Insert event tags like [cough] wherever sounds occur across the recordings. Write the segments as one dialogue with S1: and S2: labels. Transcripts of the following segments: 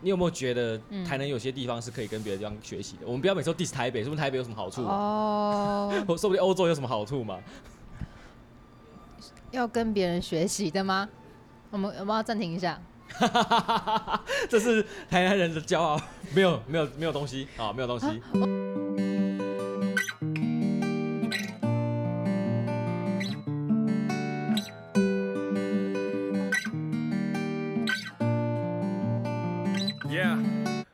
S1: 你有没有觉得台南有些地方是可以跟别的地方学习的？我们不要每次都 diss 台北，说不定台北有什么好处？
S2: 哦， [laughs]
S1: 或说不定欧洲有什么好处嘛？ [laughs]
S2: 要跟别人学习的吗？我们我们要暂停一下。
S1: 这是台南人的骄傲，没有没有没有东西啊，没有东西。
S3: Yeah，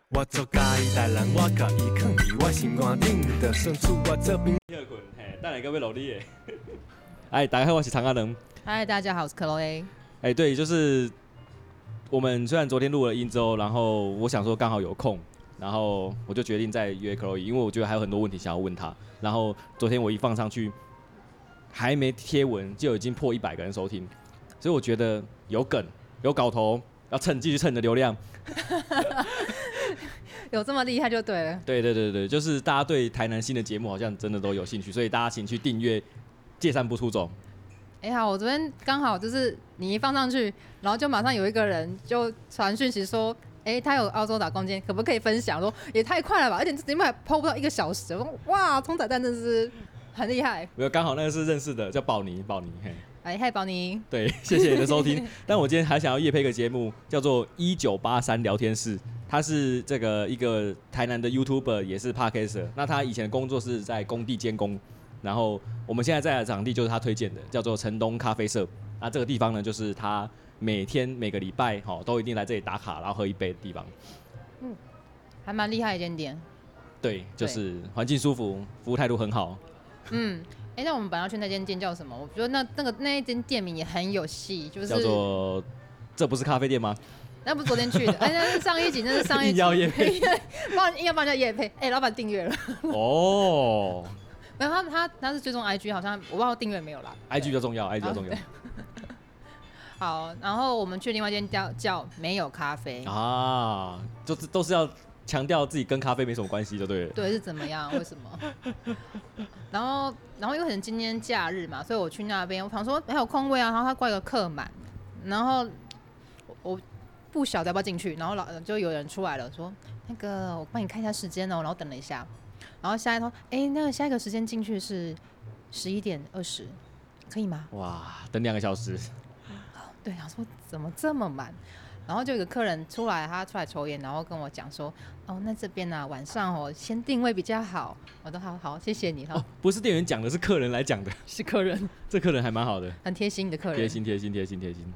S3: 我做家己台人，我甲伊藏伫我心肝顶，就算厝我做边。
S1: 休困，嘿，等下个要努力耶。哎，大家好，我是唐阿能。
S2: 嗨，大家好，我是克罗 A。
S1: 哎，对，就是我们虽然昨天录了音之后，然后我想说刚好有空，然后我就决定再约 Chloe，因为我觉得还有很多问题想要问她。然后昨天我一放上去，还没贴文就已经破一百个人收听，所以我觉得有梗有搞头，要趁继续趁着流量。
S2: 有这么厉害就对了。
S1: 对对对对，就是大家对台南新的节目好像真的都有兴趣，所以大家请去订阅《借散步出走》。
S2: 哎、好，我这边刚好就是你一放上去，然后就马上有一个人就传讯息说，哎、他有澳洲打工经，可不可以分享？我说也太快了吧，而且这节目还抛不到一个小时，我说哇，冲仔蛋真的是很厉害。
S1: 没有，刚好那个是认识的，叫宝妮，宝妮。嘿，
S2: 哎，嗨，宝妮，
S1: 对，谢谢你的收
S2: [laughs]
S1: 听。但我今天还想要夜配一个节目，叫做《一九八三聊天室》，他是这个一个台南的 YouTuber，也是 Podcaster。那他以前的工作是在工地监工，然后我们现在在的场地就是他推荐的，叫做城东咖啡社。那这个地方呢，就是他每天每个礼拜哈、哦、都一定来这里打卡，然后喝一杯的地方。
S2: 还蛮厉害一点点。
S1: 对，就
S2: 对
S1: 是环境舒服，服务态度很好。
S2: 嗯，哎、那我们本来要去那间店叫什么？我觉得那那个那一间店名也很有戏，就是
S1: 叫做这不是咖啡店吗？
S2: 那不是昨
S1: [laughs]
S2: 天去的，哎、那是上一集，那是上一
S1: 硬
S2: 集，
S1: 要业配
S2: [laughs] 帮硬要帮人家夜配，哎、老板订阅了，
S1: 哦 [laughs]
S2: 没有他他他是追踪 IG，好像我不知道订阅没有啦。
S1: ，IG 比较重要，IG 比较重
S2: 啊
S1: 要
S2: 好，然后我们去另外一间叫叫没有咖
S1: 哦
S2: 啡，
S1: 啊，就是都是要强调自己跟咖啡没什么关系，就对了。
S2: 对，是怎么样？为什么？ [laughs] 然后然后因为可能今天假日嘛，所以我去那边，我想说还有空位啊，然后他挂一个客满，然后我我不晓得要不要进去，然后老呃就有人出来了，说那个我帮你看一下时间哦，然后等了一下，然后下一头，哎，那个下一个时间进去是十一点二十，可以吗？
S1: 哇，等两个小时，
S2: 对，想说怎么这么满？然后就有一个客人出来，他出来抽烟，然后跟我讲说：“哦，那这边呢、啊，晚上哦，先定位比较好。”我都好好，谢谢你。”他
S1: 哦，不是店员讲的，是客人来讲的。
S2: 是客人，
S1: 这客人还蛮好的，
S2: 很贴心的客人。
S1: 贴。心贴心贴心贴心。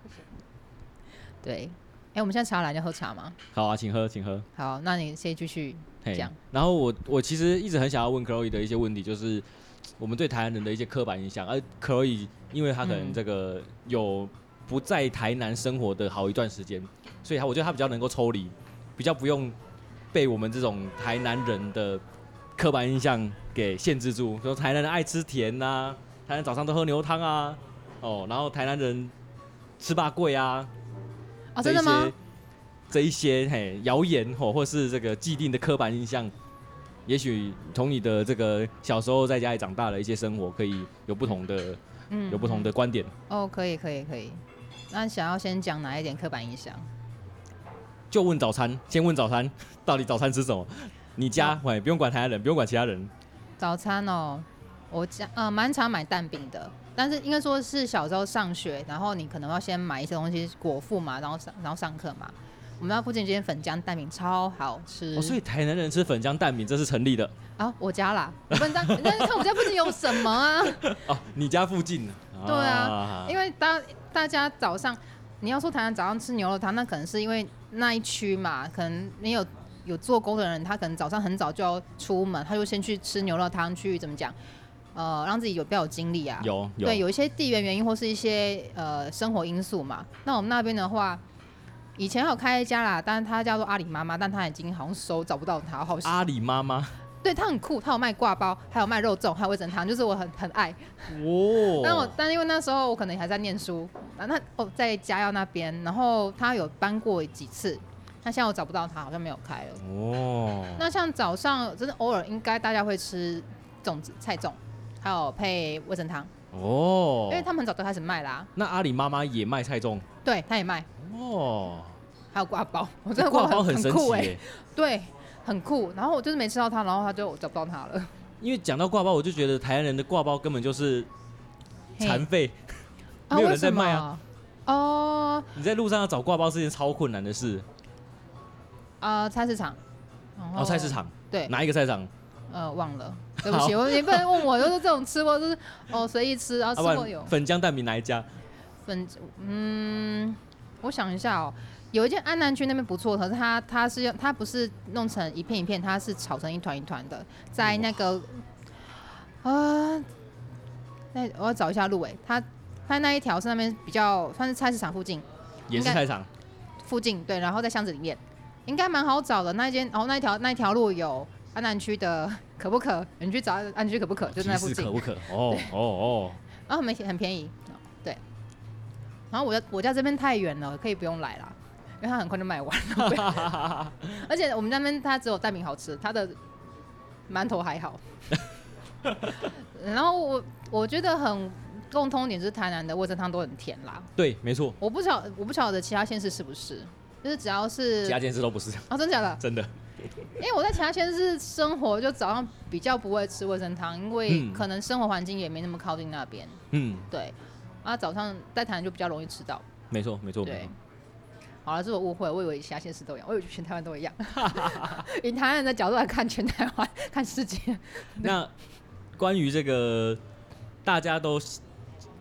S2: 对。哎，我们现在茶来要喝茶吗？
S1: 好啊，请喝，请喝。
S2: 好，那你先继续
S1: 嘿
S2: 讲。
S1: 然后我我其实一直很想要问 Chloe 的一些问题，就是我们对台南人的一些刻板印象。而 Chloe 因为她可能
S2: 嗯
S1: 这个有不在台南生活的好一段时间，所以她我觉得她比较能够抽离，比较不用被我们这种台南人的刻板印象给限制住。说台南人爱吃甜呐、台南早上都喝牛汤啊，哦，然后台南人吃霸贵啊，
S2: 哦，真的吗？？
S1: 这一些嘿谣言吼，或是这个既定的刻板印象，也许从你的这个小时候在家里长大的一些生活，可以有不同的
S2: 嗯
S1: 有不同的观点。
S2: 哦，可以，可以，可以。那想要先讲哪一点刻板印象？
S1: 就问早餐，先问早餐，到底早餐吃什么？你
S2: 嗯
S1: 家喂不用管台湾人，不用管其他人，
S2: 早餐哦，我家呃蛮常买蛋饼的，但是应该说是小时候上学，然后你可能要先买一些东西果腹嘛，然后上然后上课嘛。我们那附近这间粉浆蛋饼超好吃，
S1: 哦，所以台南人吃粉浆蛋饼这是成立的
S2: 啊我家啦，粉 [laughs] 浆，但是看我家附近有什么啊？
S1: 哦。你家附近？
S2: 对啊，因为大大家早上，你要说台南早上吃牛肉汤，那可能是因为那一区嘛，可能你有有做工的人，他可能早上很早就要出门，他就先去吃牛肉汤，去怎么讲，呃，让自己有比较有精力啊。
S1: 有有
S2: 对，有一些地缘原因或是一些呃生活因素嘛。那我们那边的话，以前还有开一家啦，但是他叫做阿里妈妈，但他已经好像收找不到他，好像、
S1: 阿里妈
S2: [laughs]
S1: 妈
S2: 对他很酷，他有卖挂包，还有卖肉粽，还有味噌汤，就是我很很爱。
S1: 哦
S2: 但我但因为那时候我可能还在念书，那那哦在嘉耀那边，然后他有搬过几次，那现在我找不到他，好像没有开了。
S1: 哦，
S2: 那像早上真的偶尔应该大家会吃粽子、菜粽，还有配味噌汤，因为
S1: 哦，
S2: 他们很早就开始卖啦。
S1: 那阿里妈妈也卖菜粽
S2: 对，他也卖。
S1: 哦。
S2: 还有挂
S1: [laughs]
S2: 包，我真的
S1: 挂
S2: 包
S1: 包很神
S2: 酷
S1: 奇
S2: 哎、
S1: 耶
S2: 对，很酷。然后我就是没吃到它，然后它就找不到
S1: [laughs]
S2: 它了。
S1: 因为讲到挂包，我就觉得台湾人的挂包根本就是
S2: 嘿 [laughs]
S1: 残废。没有人在卖啊。
S2: 为什么哦
S1: 你在路上要找挂包是件超困难的事。
S2: 啊、菜市场，然
S1: 然后哦菜市场，
S2: 哦对，
S1: 哪一个菜市场？
S2: 呃，忘了，对不起，我你不能问我，就是这种吃过，就是哦随意吃，然后
S1: 要
S2: 吃
S1: 啊不
S2: 过有
S1: 然粉浆蛋饼哪一家？
S2: 粉，嗯，我想一下哦，有一间安南区那边不错，可是它它是用它不是弄成一片一片，它是炒成一团一团的，在那个啊、那我要找一下路诶，它它那一条是那边比较算是菜市场附近
S1: 也是
S2: 应该
S1: 菜市场。
S2: 附近对，然后在巷子里面应该蛮好找的那一间，然、哦后那一条那一条路有安南区的可不可，你去找安南区可不可，就是那
S1: 提
S2: 附
S1: 示
S2: 近
S1: 可，不可？
S2: [laughs]
S1: 哦哦哦，
S2: 然后很啊很便宜，对。然后我家我家这边太远了，可以不用来啦，因为它很快就卖完
S1: [laughs] 哦
S2: 了。而且我们家那边它只有蛋饼好吃，它的馒头
S1: [laughs]
S2: 还好。然后我我觉得很共通点就是台南的味噌汤都很甜啦，
S1: 对，没错，
S2: 我不晓我不晓得其他县市是不是，就是只要是
S1: 其他件事都不是，
S2: 哦真假的，
S1: 真的。
S2: 因为我在其他县市生活，就早上比较不会吃味噌汤，因为
S1: 嗯
S2: 可能生活环境也没那么靠近那边。
S1: 嗯，
S2: 对，啊，早上在台南就比较容易吃到。
S1: 没错没错。没
S2: 对
S1: 错，
S2: 好了，是我误会，我以为其他县市都一样，我以为全台湾都一样。 [laughs] 以台湾人的角度来看，全台湾看世界，
S1: 那关于这个，大家都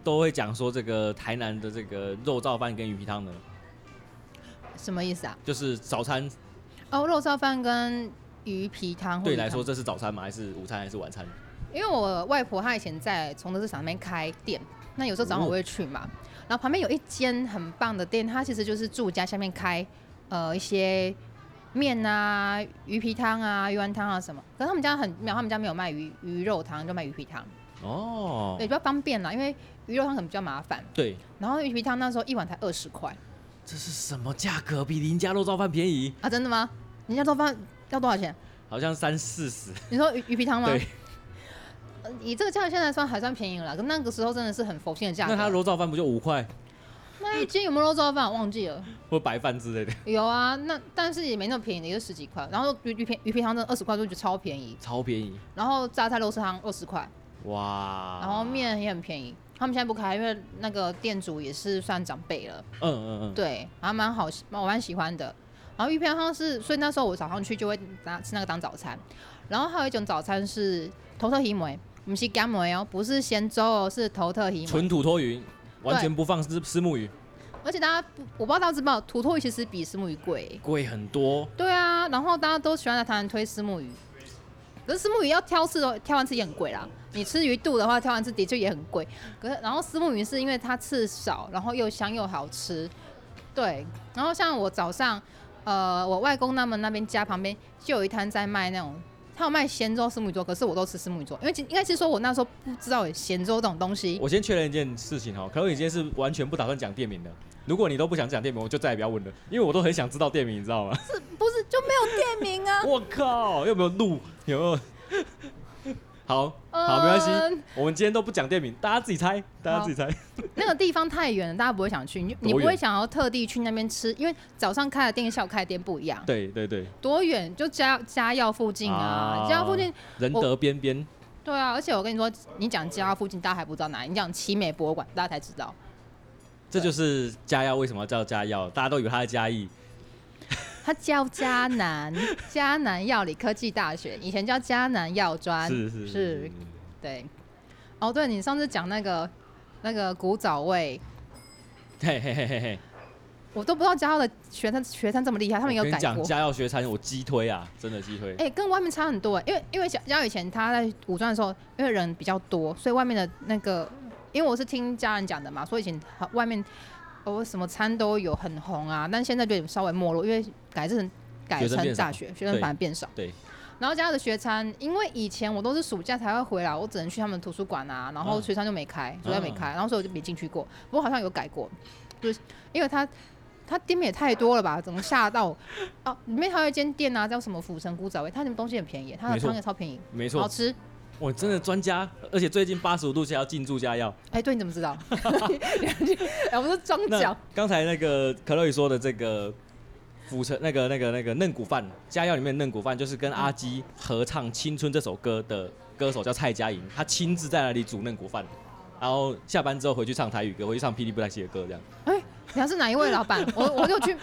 S1: 都会讲说这个台南的这个肉燥饭跟鱼皮汤呢，
S2: 什么意思啊？
S1: 就是早餐
S2: 哦，肉燥饭跟鱼皮汤。
S1: 对你来说，这是早餐吗？还是午餐还是晚餐？
S2: 因为我外婆她以前在崇德市场那边开店，那有时候
S1: 哦
S2: 早上我会去嘛。然后旁边有一间很棒的店，它其实就是住家下面开，呃，一些面啊、鱼皮汤啊、鱼丸汤啊什么。可是他们家很妙，他们家没有卖鱼鱼肉汤，就卖鱼皮汤，
S1: 哦
S2: 对，，比较方便啦。因为鱼肉汤可能比较麻烦，
S1: 对，
S2: 然后鱼皮汤那时候一碗才二十块
S1: 这是什么价格？比林家肉燥饭便宜，
S2: 啊，真的吗？人家做饭要多少钱？
S1: 好像三四十。
S2: 你说鱼鱼皮汤吗？
S1: 对，
S2: 呃以这个价钱现在算还算便宜了啦，可那个时候真的是很佛心的价格。
S1: 那他肉燥饭不就五块
S2: 那一间有没有肉燥饭？我忘记了。
S1: 或白饭之类的，
S2: 有啊，那但是也没那么便宜的，也就十几块。然后鱼鱼片鱼片汤真的二十块就觉得超便宜，
S1: 超便宜
S2: 然后榨菜肉丝汤二十块，
S1: 哇！
S2: 然后，面也很便宜。他们现在不开，因为那个店主也是算长辈了，
S1: 嗯嗯嗯，
S2: 对，还蛮好，我蛮喜欢的。然后鱼片汤是，所以那时候我早上去就会拿吃那个当早餐。然后还有一种早餐是头特鱼梅，我们是干梅哦，不是咸粥哦，是头特鱼梅。
S1: 纯土托鱼，完全不放丝丝木鱼，
S2: 而且大家不，我不知道大家知不知道，土托鱼其实比石目鱼贵、
S1: 贵很多。
S2: 对啊，然后大家都喜欢在台南推石目鱼，可是石目鱼要挑刺哦，挑完刺也很贵啦。你吃鱼肚的话，挑完刺的确也很贵。可是然后石目鱼是因为它刺少，然后又香又好吃。对，然后像我早上，呃，我外公他们那边家旁边就有一摊在卖那种。他有卖咸粥、石目鱼粥，可是我都吃石目鱼粥，因为其应该是说我那时候不知道有咸粥这种东西。
S1: 我先确认一件事情哈，可乐，你今天是完全不打算讲店名的。如果你都不想讲店名，我就再也不要问了，因为我都很想知道店名，你知道吗？ [laughs]
S2: 不是就没有店名啊？
S1: 我靠，有没有录？有没有？ [laughs] 好好，没关系，
S2: 嗯
S1: 我们今天都不讲店名，大家自己猜，大家自己猜。
S2: 那个地方太远了，大家不会想去，你你
S1: 多
S2: 不
S1: 远
S2: 会想要特地去那边吃，因为早上开的店跟下午开的店不一样。
S1: [laughs] 对对对，
S2: 多远？就家家药附近啊
S1: 啊，
S2: 家药附近。
S1: 仁德边边
S2: 对啊，而且我跟你说，你讲家药附近，大家还不知道哪里；你讲奇美博物馆，大家才知道。
S1: 这就是佳肴为什么要叫佳肴？大家都以为它是嘉义，
S2: 它叫迦
S1: [laughs]
S2: 南，迦南药理科技大学，以前叫迦南药专。
S1: 是是
S2: 啊是，对。哦，对你上次讲那个那个古早味，
S1: 嘿嘿嘿嘿嘿。
S2: 我都不知道家药的学生学生这么厉害，他们有
S1: 我跟
S2: 改
S1: 你讲，
S2: 过。
S1: 家药学餐我击推啊，真的击推。
S2: 哎、跟外面差很多哎、因为因为小家以前他在武装的时候，因为人比较多，所以外面的那个，因为我是听家人讲的嘛，所以以前好外面哦什么餐都有很红啊，但现在就有点稍微没落，因为改制成改
S1: 学生
S2: 成
S1: 变少
S2: 大学，学生反而变少。
S1: 对，
S2: 然后家的学餐，因为以前我都是暑假才会回来，我只能去他们图书馆啊，然后
S1: 嗯
S2: 学餐就没开，暑假没开，然后所以我就没进去过。不过好像有改过，就是因为他他店面也太多了吧，怎么吓到我？哦，里面还有一间店啊，叫什么釜神古早味，它的东西很便宜，它的
S1: 没错
S2: 汤也超便宜，
S1: 没
S2: 好
S1: 错，
S2: 吃。
S1: 我真的专家，而且最近八十五度线要进驻家药。
S2: 哎，对，你怎么知
S1: [laughs]
S2: 道？哎，我是装
S1: 那
S2: [laughs] 脚。
S1: 刚才那个可乐说的这个府城那个那个那个嫩骨饭佳肴里面的嫩骨饭，就是跟阿基合唱《青春》这首歌的歌手叫蔡佳莹，她亲自在那里煮嫩骨饭，然后下班之后回去唱台语歌，回去唱霹雳布袋戏的歌，这样。
S2: 哎、你要是哪一位老板？我我有去，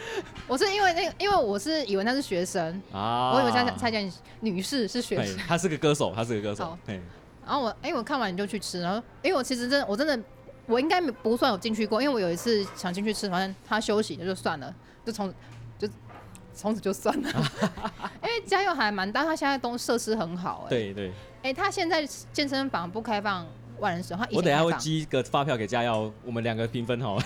S2: 我是因为那个，因为我是以为那是学生，
S1: 啊，
S2: 我以为蔡蔡佳女士是 [laughs] 学
S1: 对
S2: 生，，
S1: 他是个歌手，他是个歌手
S2: 好。
S1: 对，
S2: 然后我哎、我看完你就去吃，然后因为我其实真的我真的我应该不算有进去过，因为我有一次想进去吃，反正他休息那就算了，就从就从此就算
S1: [laughs]
S2: 了，因为嘉佑还蛮大，他现在都设施很好、哎，，
S1: 对对，
S2: 哎、他现在健身房不开放万人使用，他以前
S1: 我等一下
S2: 开
S1: 会
S2: 放
S1: 寄一个发票给佳耀，我们两个平
S2: [laughs]
S1: 分好了，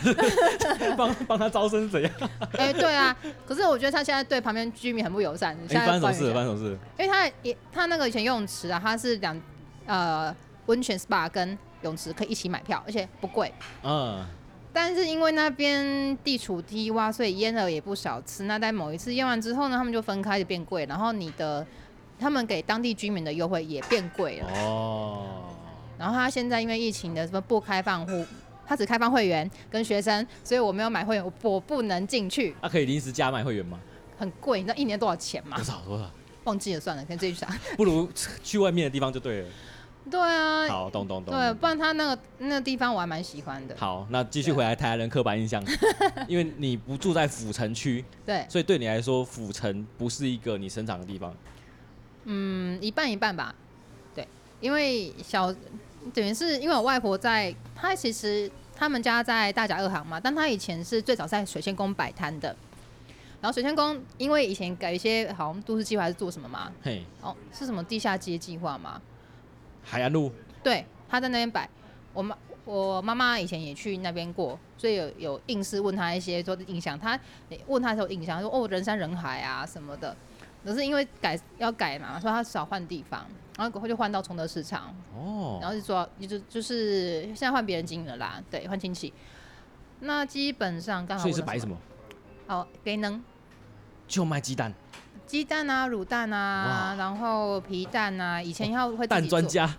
S1: 帮帮他招生怎样？
S2: 哎、对啊，可是我觉得他现在对旁边居民很不友善。你现
S1: 哎，
S2: 在
S1: 翻手势，
S2: 抱怨一下
S1: 翻手势，
S2: 因为他也他那个以前游泳池啊，它是两呃温泉 SPA 跟泳池可以一起买票，而且不贵。
S1: 嗯，
S2: 但是因为那边地处低洼，所以淹了也不少次。那在某一次淹完之后呢，他们就分开就变贵，然后你的他们给当地居民的优惠也变贵了。
S1: 哦，
S2: 然后他现在因为疫情的什么不开放户，他只开放会员跟学生，所以我没有买会员，我我不能进去，
S1: 那可以临时加买会员吗？
S2: 很贵，你知道一年多少
S1: [laughs]
S2: 钱吗
S1: 多？少多少？
S2: 忘记了算了，可以自己去查。
S1: 不如去外面的地方就对了。
S2: 对啊，
S1: 好，懂懂懂。
S2: 对，不然他那个那个地方我还蛮喜欢的。
S1: 好，那继续回来台南人刻板印象，
S2: [laughs]
S1: 因为你不住在府城区，
S2: 对，
S1: 所以对你来说府城不是一个你生长的地方。
S2: 嗯，一半一半吧。对，因为小等于是因为我外婆在，她其实他们家在大甲二行嘛，但她以前是最早在水仙宫摆摊的。然后水仙宫因为以前改一些好像都市计划还是做什么嘛，
S1: 嘿，
S2: 哦，是什么地下街计划嘛？
S1: 海岸路
S2: 对，她在那边摆。我妈我妈妈以前也去那边过，所以有有硬是问她一些说印象，她问她的时候印象她说哦人山人海啊什么的，可是因为改要改嘛，所以她少换地方，然后就换到崇德市场，
S1: 哦，
S2: 然后就说就就是现在换别人经营了啦，对，换亲戚。那基本上刚好
S1: 所以是摆
S2: 白
S1: 什？么？
S2: 哦，给能
S1: 就卖鸡蛋，
S2: 鸡蛋啊、卤蛋啊
S1: 哇，哦
S2: 然后皮蛋啊，以前要会自己
S1: 蛋专
S2: 做，
S1: 家，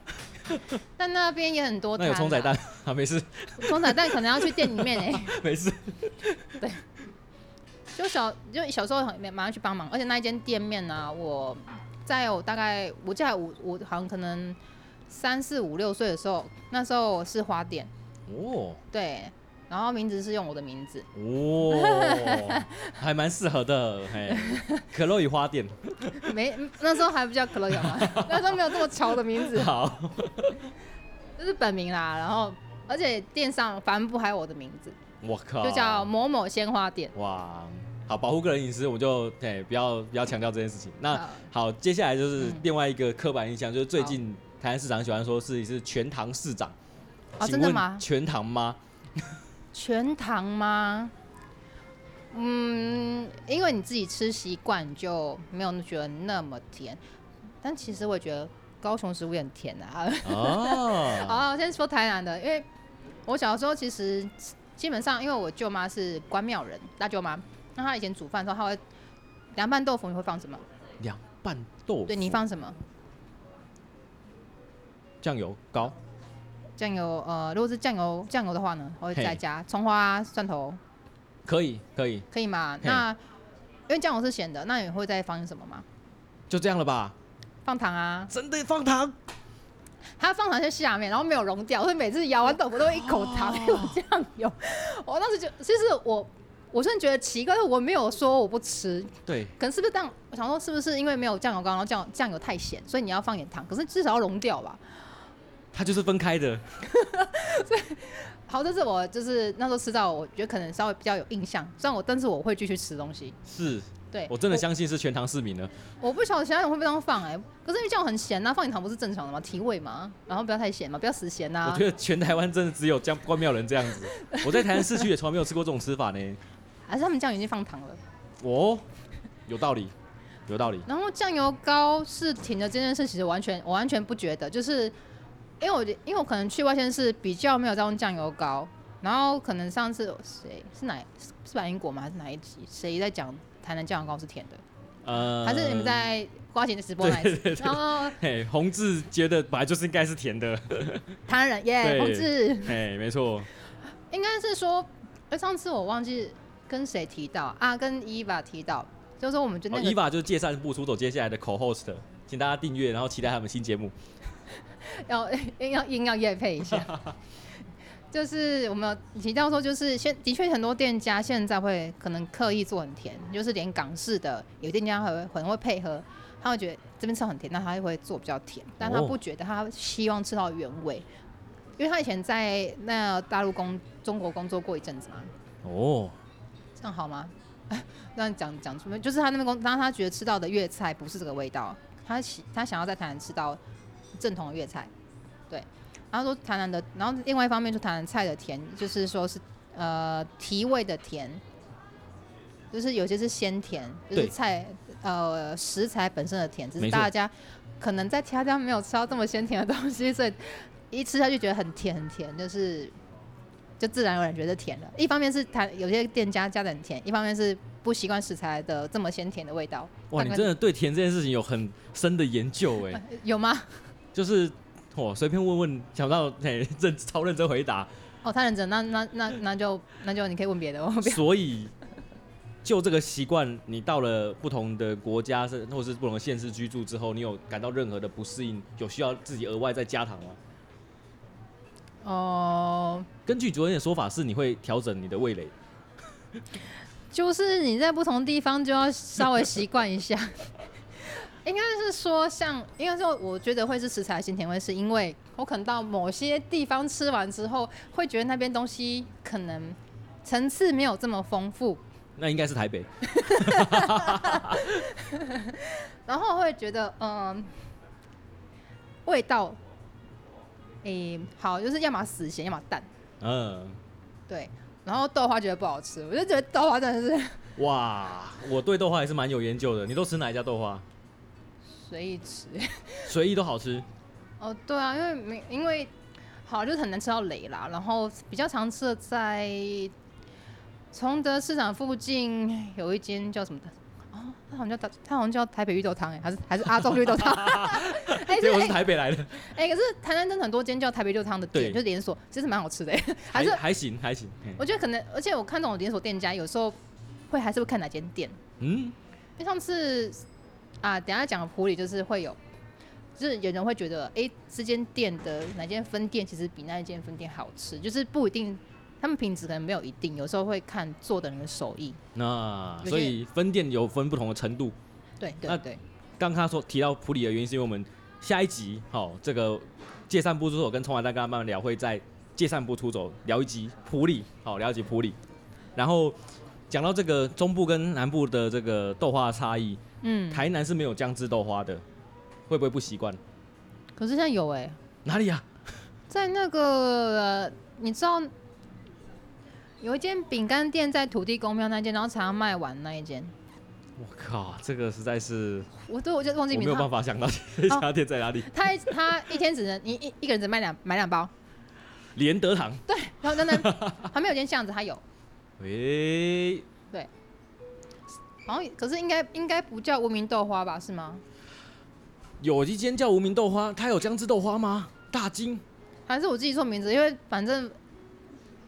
S2: 但那边也很多
S1: 那
S2: 摊
S1: 有
S2: 啦。
S1: 葱仔蛋 [laughs] 啊，没事
S2: 葱仔蛋可能要去店里面哎、
S1: 没事。
S2: 就小就小时候很马上去帮忙，而且那一间店面呢、我在我大概我记得我我好像可能三四五六岁的时候，那时候是花店，
S1: 哦
S2: 对，然后名字是用我的名字， [laughs]
S1: 哦，还蛮适合的，嘿，可乐与花
S2: [laughs]
S1: 店，
S2: 没那时候还不叫可乐友嘛，那时候没有这么潮的名字，
S1: 好，
S2: 就是本名啦，然后而且店上帆布还有我的名字，
S1: 我靠，
S2: 就叫某某鲜花店，
S1: 哇，好，保护个人隐私，我们就嘿不要不要强调这件事情。那
S2: 好
S1: 好，接下来就是
S2: 嗯
S1: 另外一个刻板印象，就是最近台南市长喜欢说自己是全糖市长，
S2: 哦
S1: 请
S2: 真的
S1: 问
S2: 吗
S1: 全糖
S2: [laughs]
S1: 吗？
S2: 全糖吗？嗯，因为你自己吃习惯，你就没有觉得那么甜。但其实我觉得高雄食物也很甜啊。
S1: 哦，
S2: [laughs] 好，我先说台南的，因为我小时候其实基本上，因为我舅妈是关庙人，大舅妈，那她以前煮饭的时候，她会凉拌豆腐，你会放什么？
S1: 凉拌豆腐，
S2: 对你放什么？
S1: 酱油膏，
S2: 酱油，呃，如果是酱油酱油的话呢，我会再
S1: 嘿
S2: 加葱花、蒜头，
S1: 可以可以，
S2: 可以吗
S1: 嘿？
S2: 那因为酱油是咸的，那你会再放什么吗？
S1: 就这样了吧？
S2: 放糖啊，
S1: 真的放糖？
S2: 它放糖在下面，然后没有溶掉，所以每次咬完豆腐都会一口糖， [laughs] 一口酱油。我当时就，其实我我真的觉得奇怪，我没有说我不吃，
S1: 对，
S2: 可能是不是但我想说是不是因为没有酱油膏，然后酱酱油太咸，所以你要放点糖，可是至少要溶掉吧。
S1: 它就是分开的。
S2: 好，这是我就是那时候吃到，我觉得可能稍微比较有印象，虽然我但是我会继续吃东西。
S1: 是
S2: 对，
S1: 我真的相信是全糖市民了。
S2: 我，我不晓得其他人会不会这样放哎、可是因为酱油很咸呐、啊放点糖不是正常的吗？提味嘛，然后不要太咸嘛，不要死咸啊呐、
S1: 我觉得全台湾真的只有江关庙人这样子。我在台南市区也从来没有吃过这种吃法呢。
S2: 还是他们酱油已经放糖了。
S1: 哦，有道理，有道理。
S2: 然后酱油膏是甜的这件事，其实我完全我完全不觉得，就是因为我因为我可能去外县市比较没有在用酱油膏，然后可能上次谁是哪是是百英果吗？还是哪一集谁在讲台南酱油膏是甜的？
S1: 呃，
S2: 还是你们在花钱的直播那一次？哦然后
S1: 嘿，洪志觉得本来就是应该是甜的， [laughs]
S2: 台南人
S1: 对
S2: 耶，同志
S1: 嘿，没错，
S2: 应该是说，哎，上次我忘记跟谁提到啊？跟伊娃提到，就是说我们就
S1: 哦
S2: 那个、
S1: ，Eva 就是借散步出走接下来的 co-host，请大家订阅，然后期待他们新节目。
S2: 要 [laughs] 硬要硬要夜配一下，就是我们有提到说，就是现的确很多店家现在会可能刻意做很甜，就是连港式的有店家还会很会配合，他会觉得这边吃很甜，那他会做比较甜，但他
S1: 哦
S2: 不觉得他希望吃到原味，因为他以前在那大陆工中国工作过一阵子嘛，
S1: 哦，
S2: 这样好吗？ [laughs] 这样讲讲出来，就是他那边工，当他觉得吃到的粤菜不是这个味道，他喜他想要在台南吃到正统的粤菜，对。然后说台南的，然后另外一方面就台南菜的甜，就是说是呃提味的甜，就是有些是鲜甜，就是
S1: 对
S2: 菜呃食材本身的甜，只
S1: 没
S2: 是
S1: 错
S2: 大家可能在其他地方没有吃到这么鲜甜的东西，所以一吃下去觉得很甜很甜，就是就自然而然觉得甜了。一方面是它有些店家加的很甜，一方面是不习惯食材的这么鲜甜的味道。
S1: 哇，你
S2: 大概
S1: 真的对甜这件事情有很深的研究
S2: [laughs]
S1: 哎，
S2: 有吗？
S1: 就是我随便问问，想不到哎、认超认真回答，
S2: 哦，太认真，那那那那就那就你可以问别的，我哦
S1: [laughs]
S2: 不要。
S1: 所以。就这个习惯，你到了不同的国家，是或者是不同的县市居住之后，你有感到任何的不适应，有需要自己额外再加糖吗？
S2: 哦、
S1: 根据昨天的说法是，你会调整你的味蕾。
S2: 就是你在不同地方就要稍微习惯一下。 [laughs] 应该是说像，应该说我觉得会是食材新甜味，是因为我可能到某些地方吃完之后，会觉得那边东西可能层次没有这么丰富，
S1: 那应该是台北，
S2: 然后会觉得，嗯，味道，诶、好，就是要么死咸，要么淡，
S1: 嗯，
S2: 对。然后豆花觉得不好吃，我就觉得豆花真的是
S1: 哇，我对豆花还是蛮有研究的。你都吃哪一家豆花？
S2: 随意吃。 [laughs]
S1: 随意都好吃。
S2: 哦，对啊，因为没因为好就是很难吃到雷啦，然后比较常吃的在崇德市场附近有一间叫什么的。哦，它好像叫它好像叫台北绿豆汤哎，还是还是阿中绿
S1: [laughs]
S2: 豆汤？哎、
S1: 结
S2: 是
S1: 果
S2: 哎
S1: 是台北来的，
S2: 哎、可是台南真的很多间叫台北绿豆汤的店，
S1: 对
S2: 就是连锁，其实蛮好吃的哎、还
S1: 还
S2: 是
S1: 还行还行。嘿
S2: [laughs] 我觉得可能，而且我看那种连锁店家，有时候会还是会看哪间店，
S1: 嗯，
S2: 因为上次啊，等一下讲普里就是会有，就是有人会觉得，哎、这间店的哪间分店其实比那一间分店好吃，就是不一定，他们品质可能没有一定，有时候会看做的人的手艺。
S1: 那
S2: 有些
S1: 所以分店有分不同的程度。
S2: 对
S1: 那
S2: 对对，
S1: 刚刚说提到普里的原因，是因为我们下一集好、这个借散步出走跟冲完蛋跟他慢慢聊，会在借散步出走聊一集普里，好、聊一集普里。然后讲到这个中部跟南部的这个豆花的差异，
S2: 嗯，
S1: 台南是没有姜汁豆花的，会不会不习惯？
S2: 可是现在有哎、
S1: 哪里呀、啊
S2: 在那个、呃你知道有一间饼干店在土地公庙那间，然后常常卖完那一间，
S1: 我靠，这个实在是
S2: 我对我就忘记
S1: 我
S2: 名
S1: 没
S2: 字
S1: 有
S2: 了。哦
S1: 办法想到这 [laughs] 家店在哪里。
S2: 他一他一天只能你一一个人只卖两买两包，
S1: 连德堂，
S2: 对，然后
S1: [laughs]
S2: 等等，旁边有间巷子，他有，
S1: 喂、
S2: 好像可是应该应该不叫无名豆花吧，是吗？
S1: 有一间叫无名豆花，它有姜汁豆花吗？大金
S2: 还是我自己错名字？因为反正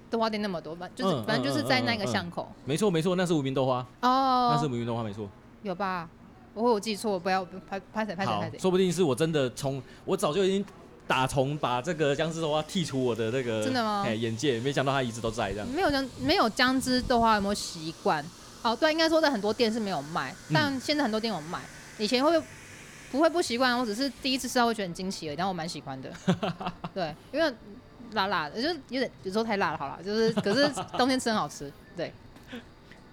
S2: 豆花店那么多，反就是、
S1: 嗯
S2: 反正就是在那个
S1: 嗯嗯嗯嗯
S2: 巷口、
S1: 没错没错，那是无名豆花，那是无
S2: 哦，
S1: 名豆花没错。
S2: 有吧？我会我自己错，不要拍拍谁拍谁
S1: 好
S2: 拍，谁。
S1: 说不定是我真的从我早就已经打从把这个姜汁豆花剔除我的这个
S2: 真的吗
S1: 哎、眼界，没想到它一直都在这样。
S2: 没有姜没有姜汁豆花有没有习惯？哦，对，应该说在很多店是没有卖，
S1: 嗯
S2: 但现在很多店有卖。以前会不会不会不习惯？我只是第一次吃到会觉得很惊喜而已，但我蛮喜欢
S1: [laughs]
S2: 的。对，因为辣辣的，就是有点有时候太辣了，好啦，就是可是冬天吃很好吃。对，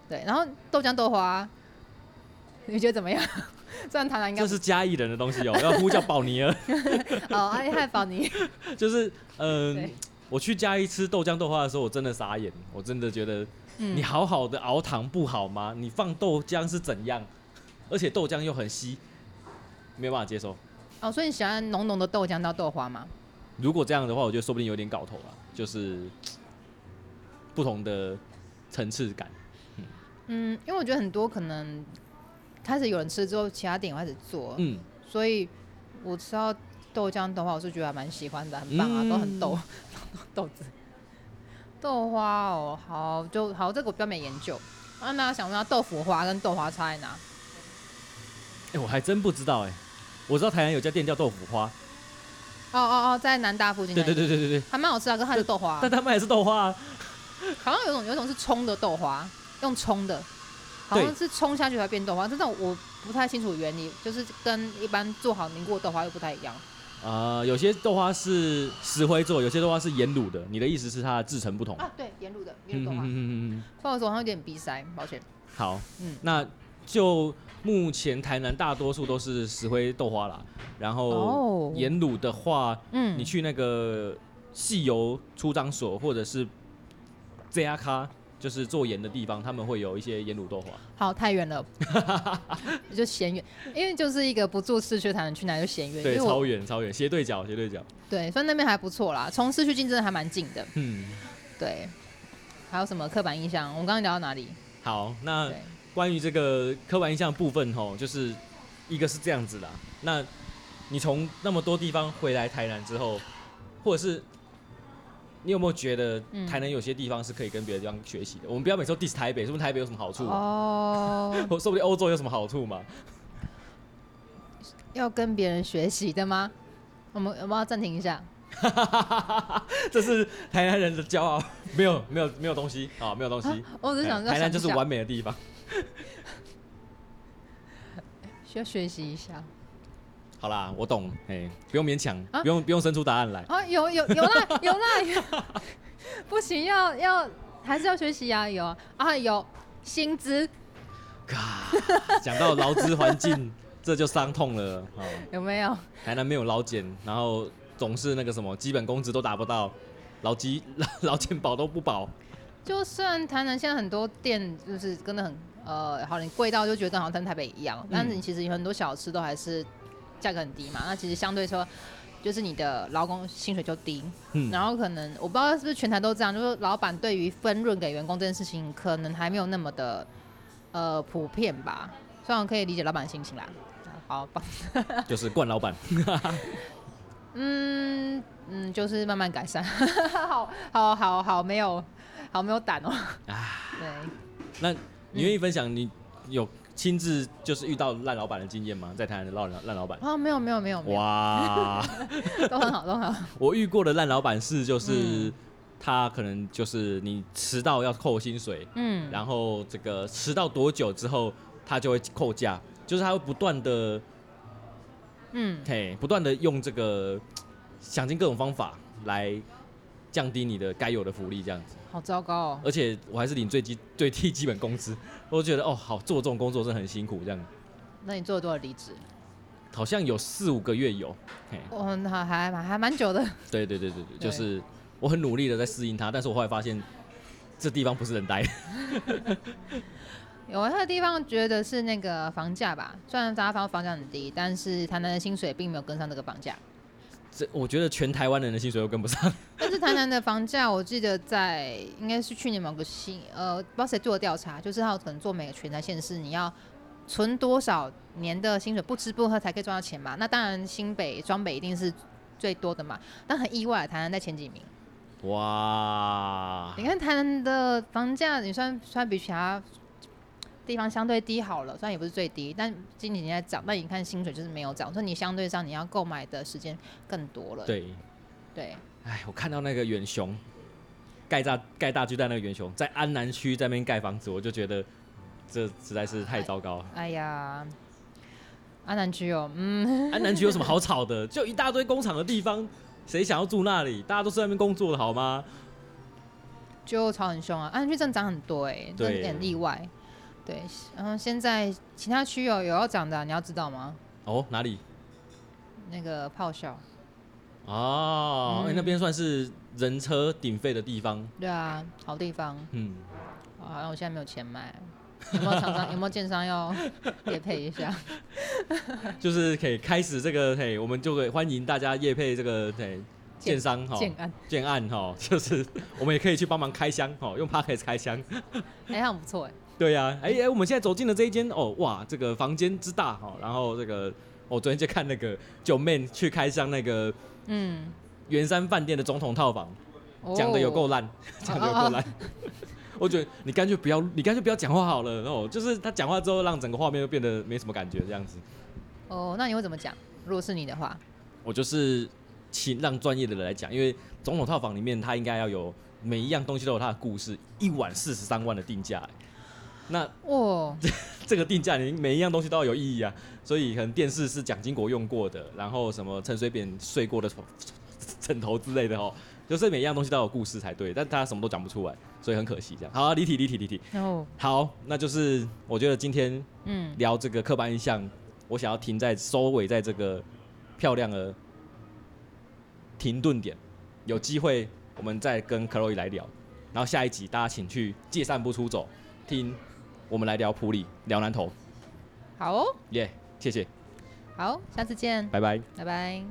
S2: 对，然后豆浆豆花，你觉得怎么样？ [laughs] 虽然台南应该
S1: 这
S2: 不
S1: 是嘉义人的东西哦，要呼叫宝尼尔，
S2: 哦，哎嗨，宝妮，
S1: [laughs] 就是嗯、
S2: 对
S1: 我去嘉义吃豆浆豆花的时候，我真的傻眼，我真的觉得
S2: 嗯
S1: 你好好的熬糖不好吗？你放豆浆是怎样？而且豆浆又很稀，没有办法接受。
S2: 哦，所以你喜欢浓浓的豆浆到豆花吗？
S1: 如果这样的话，我觉得说不定有点搞头了，就是嘖不同的层次感。
S2: 嗯，因为我觉得很多可能开始有人吃之后，其他店也开始做，
S1: 嗯，
S2: 所以我吃到豆浆的话，我是觉得还蛮喜欢的，很棒啊，都
S1: 嗯
S2: 很豆 [laughs] 豆子。豆花哦，好就好，这个我比较没研究。啊，那想问下豆腐花跟豆花差在哪？
S1: 哎、我还真不知道哎、我知道台南有家店叫豆腐花，
S2: 哦哦哦，在南大附近。
S1: 对对，对对对对，
S2: 还蛮好吃啊，跟它的豆花啊、
S1: 但他们也是豆花、啊，
S2: 好像有种有一种是冲的豆花，用冲的，好
S1: 对
S2: 像是冲下去才变豆花，真的我不太清楚原理，就是跟一般做好凝固的豆花又不太一样。
S1: 呃，有些豆花是石灰做，有些豆花是盐卤的。你的意思是它的制成不同？
S2: 啊，对，盐卤的
S1: 嗯
S2: 盐卤
S1: 嗯
S2: 豆花
S1: 嗯，嗯嗯嗯
S2: 不好意思，我好像有点鼻塞，抱歉。
S1: 好，
S2: 嗯
S1: 那就目前台南大多数都是石灰豆花啦，然后
S2: 哦
S1: 盐卤的话，
S2: 嗯
S1: 你去那个细油出张所或者是 ZR 咖，就是做盐的地方，他们会有一些盐卤豆花。
S2: 好，太远了， [laughs] 就嫌远，因为就是一个不住市区才能去哪就嫌远，因
S1: 对，
S2: 为
S1: 超
S2: 我
S1: 远超远，斜对角斜对角。
S2: 对，所以那边还不错啦，从市区进真的还蛮近的。
S1: 嗯，
S2: 对，还有什么刻板印象？我们刚刚聊到哪里？
S1: 好，那
S2: 对，
S1: 关于这个刻板印象部分吼，就是一个是这样子啦。那你从那么多地方回来台南之后，或者是你有没有觉得
S2: 嗯
S1: 台南有些地方是可以跟别的地方学习的？我们不要每次都 diss 台北，说不定台北有什么好处、啊？
S2: 哦，
S1: [laughs] 或说不定欧洲有什么好处嘛？ [laughs]
S2: 要跟别人学习的吗？我们我们要暂停一下。
S1: 这是台南人的骄傲，没有没有没有东西啊，没有东西。
S2: [laughs] 我只是想说，
S1: 哎台南就是
S2: 想一下
S1: 完美的地方。
S2: 需要学习一下
S1: 好啦，我懂，哎，不用勉强，
S2: 啊
S1: 不用不用生出答案来。
S2: 啊，有有有啦有啦，有 [laughs] 不行，要要还是要学习啊，有啊啊有薪资
S1: 嘎，讲到劳资环境，这就伤痛了啊。哦
S2: 有没有？
S1: 台南没有劳检，然后总是那个什么基本工资都达不到，劳基 [laughs] 劳劳健保都不保。
S2: 就算台南现在很多店就是真的很呃，好，你贵到就觉得好像跟台北一样，但是你其实有很多小吃都还是价格很低嘛。那其实相对说，就是你的劳工薪水就低，
S1: 嗯
S2: [laughs] 然后可能我不知道是不是全台都这样，就是老板对于分润给员工这件事情，可能还没有那么的呃普遍吧。虽然我可以理解老板的心情啦，好吧，
S1: 就是冠老板， [laughs]
S2: 嗯嗯，就是慢慢改善， [laughs] 好好好好，没有好没有胆哦，对。
S1: 啊你愿意分享你有亲自就是遇到烂老板的经验吗？在台南的烂老烂老板？
S2: 哦，没有没有没有没有，
S1: 哇，
S2: 都很好都很好。
S1: 我遇过的烂老板是就是
S2: 嗯
S1: 他可能就是你迟到要扣薪水，
S2: 嗯，
S1: 然后这个迟到多久之后他就会扣价，就是他会不断的
S2: 嗯
S1: 嘿，不断的用这个想尽各种方法来降低你的该有的福利，这样子。
S2: 好糟糕哦。
S1: 而且我还是领最基最低基本工资，我就觉得哦，好做这种工作真的很辛苦，这样
S2: 那你做了多少离职？
S1: 好像有四五个月有。嘿，
S2: 哦，那还还蛮还蛮久的。
S1: 对对对对对，
S2: 对
S1: 就是我很努力的在适应它，但是我后来发现这地方不是人待的。 [laughs]
S2: 有那个地方觉得是那个房价吧，虽然大家房房价很低，但是台南的薪水并没有跟上这个房价。
S1: 这我觉得全台湾人的薪水都跟不上。
S2: [laughs] 但是台南的房价，我记得在应该是去年某个新呃，不知道谁做的调查，就是他有可能做每个全台县市，你要存多少年的薪水，不吃不喝才可以赚到钱嘛。那当然新北、庄北一定是最多的嘛，但很意外，台南在前几名。
S1: 哇，
S2: 你看台南的房价，你算算比其他地方相对低好了，虽然也不是最低，但近几年在涨。但你看薪水就是没有涨，所以你相对上你要购买的时间更多了。
S1: 对，
S2: 对
S1: 哎，我看到那个远雄盖大盖大巨蛋那个远雄在安南区在那边盖房子，我就觉得这实在是太糟糕了。
S2: 哎呀，安南区哦，嗯，
S1: 安南区有什么好吵的？就一大堆工厂的地方，谁想要住那里？大家都是在那边工作的好吗？
S2: 就炒很凶啊，安南区真的涨很多哎、欸，真的
S1: 对
S2: 有点意外。对，然后现在其他区有有要涨的啊、你要知道吗？
S1: 哦，哪里？
S2: 那个炮校，
S1: 哦，
S2: 嗯
S1: 哎那边算是人车鼎沸的地方。
S2: 对啊，好地方，
S1: 嗯，
S2: 啊好像我现在没有钱买，有没有厂
S1: [laughs]
S2: 商有没有建商要也配一下？
S1: 就是可以开始这个，嘿，我们就可以欢迎大家业配这个，嘿，
S2: 建
S1: [laughs] 建商哈，
S2: 建安，
S1: 建案哈，就是 [laughs] 我们也可以去帮忙开箱哈，用 p a c k e t 开箱。
S2: 哎、还很不错哎、
S1: 对呀、哎、哎、我们现在走进了这一间哦，哇，这个房间之大哈，然后这个我昨天就看那个九妹去开箱那个
S2: 嗯，哦
S1: 圆山饭店的总统套房，讲的有够烂，讲的有够烂。我觉得你干脆不要，你干脆不要讲话好了。哦，就是他讲话之后，让整个画面都变得没什么感觉，这样子。
S2: 哦，那你会怎么讲？如果是你的话，
S1: 我就是请让专业的人来讲，因为总统套房里面它应该要有每一样东西都有它的故事。一晚四十三万的定价、欸那 [laughs]
S2: 哦，
S1: 这个定价你每一样东西都要有意义啊。所以可能电视是蒋经国用过的，然后什么陈水扁睡过的 [laughs] 床枕头之类的哦，就是每一样东西都有故事才对，但他什么都讲不出来，所以很可惜这样。好、啊，离题离题离题。
S2: 然后
S1: 好，那就是我觉得今天
S2: 哦嗯，
S1: 聊这个刻板印象，我想要停在收尾在这个漂亮的停顿点。有机会我们再跟 Chloe 来聊，然后下一集大家请去借散步出走，听我们来聊普里聊南投，
S2: 好哦，
S1: 耶、谢谢，
S2: 好，下次见，
S1: 拜拜。
S2: 拜拜。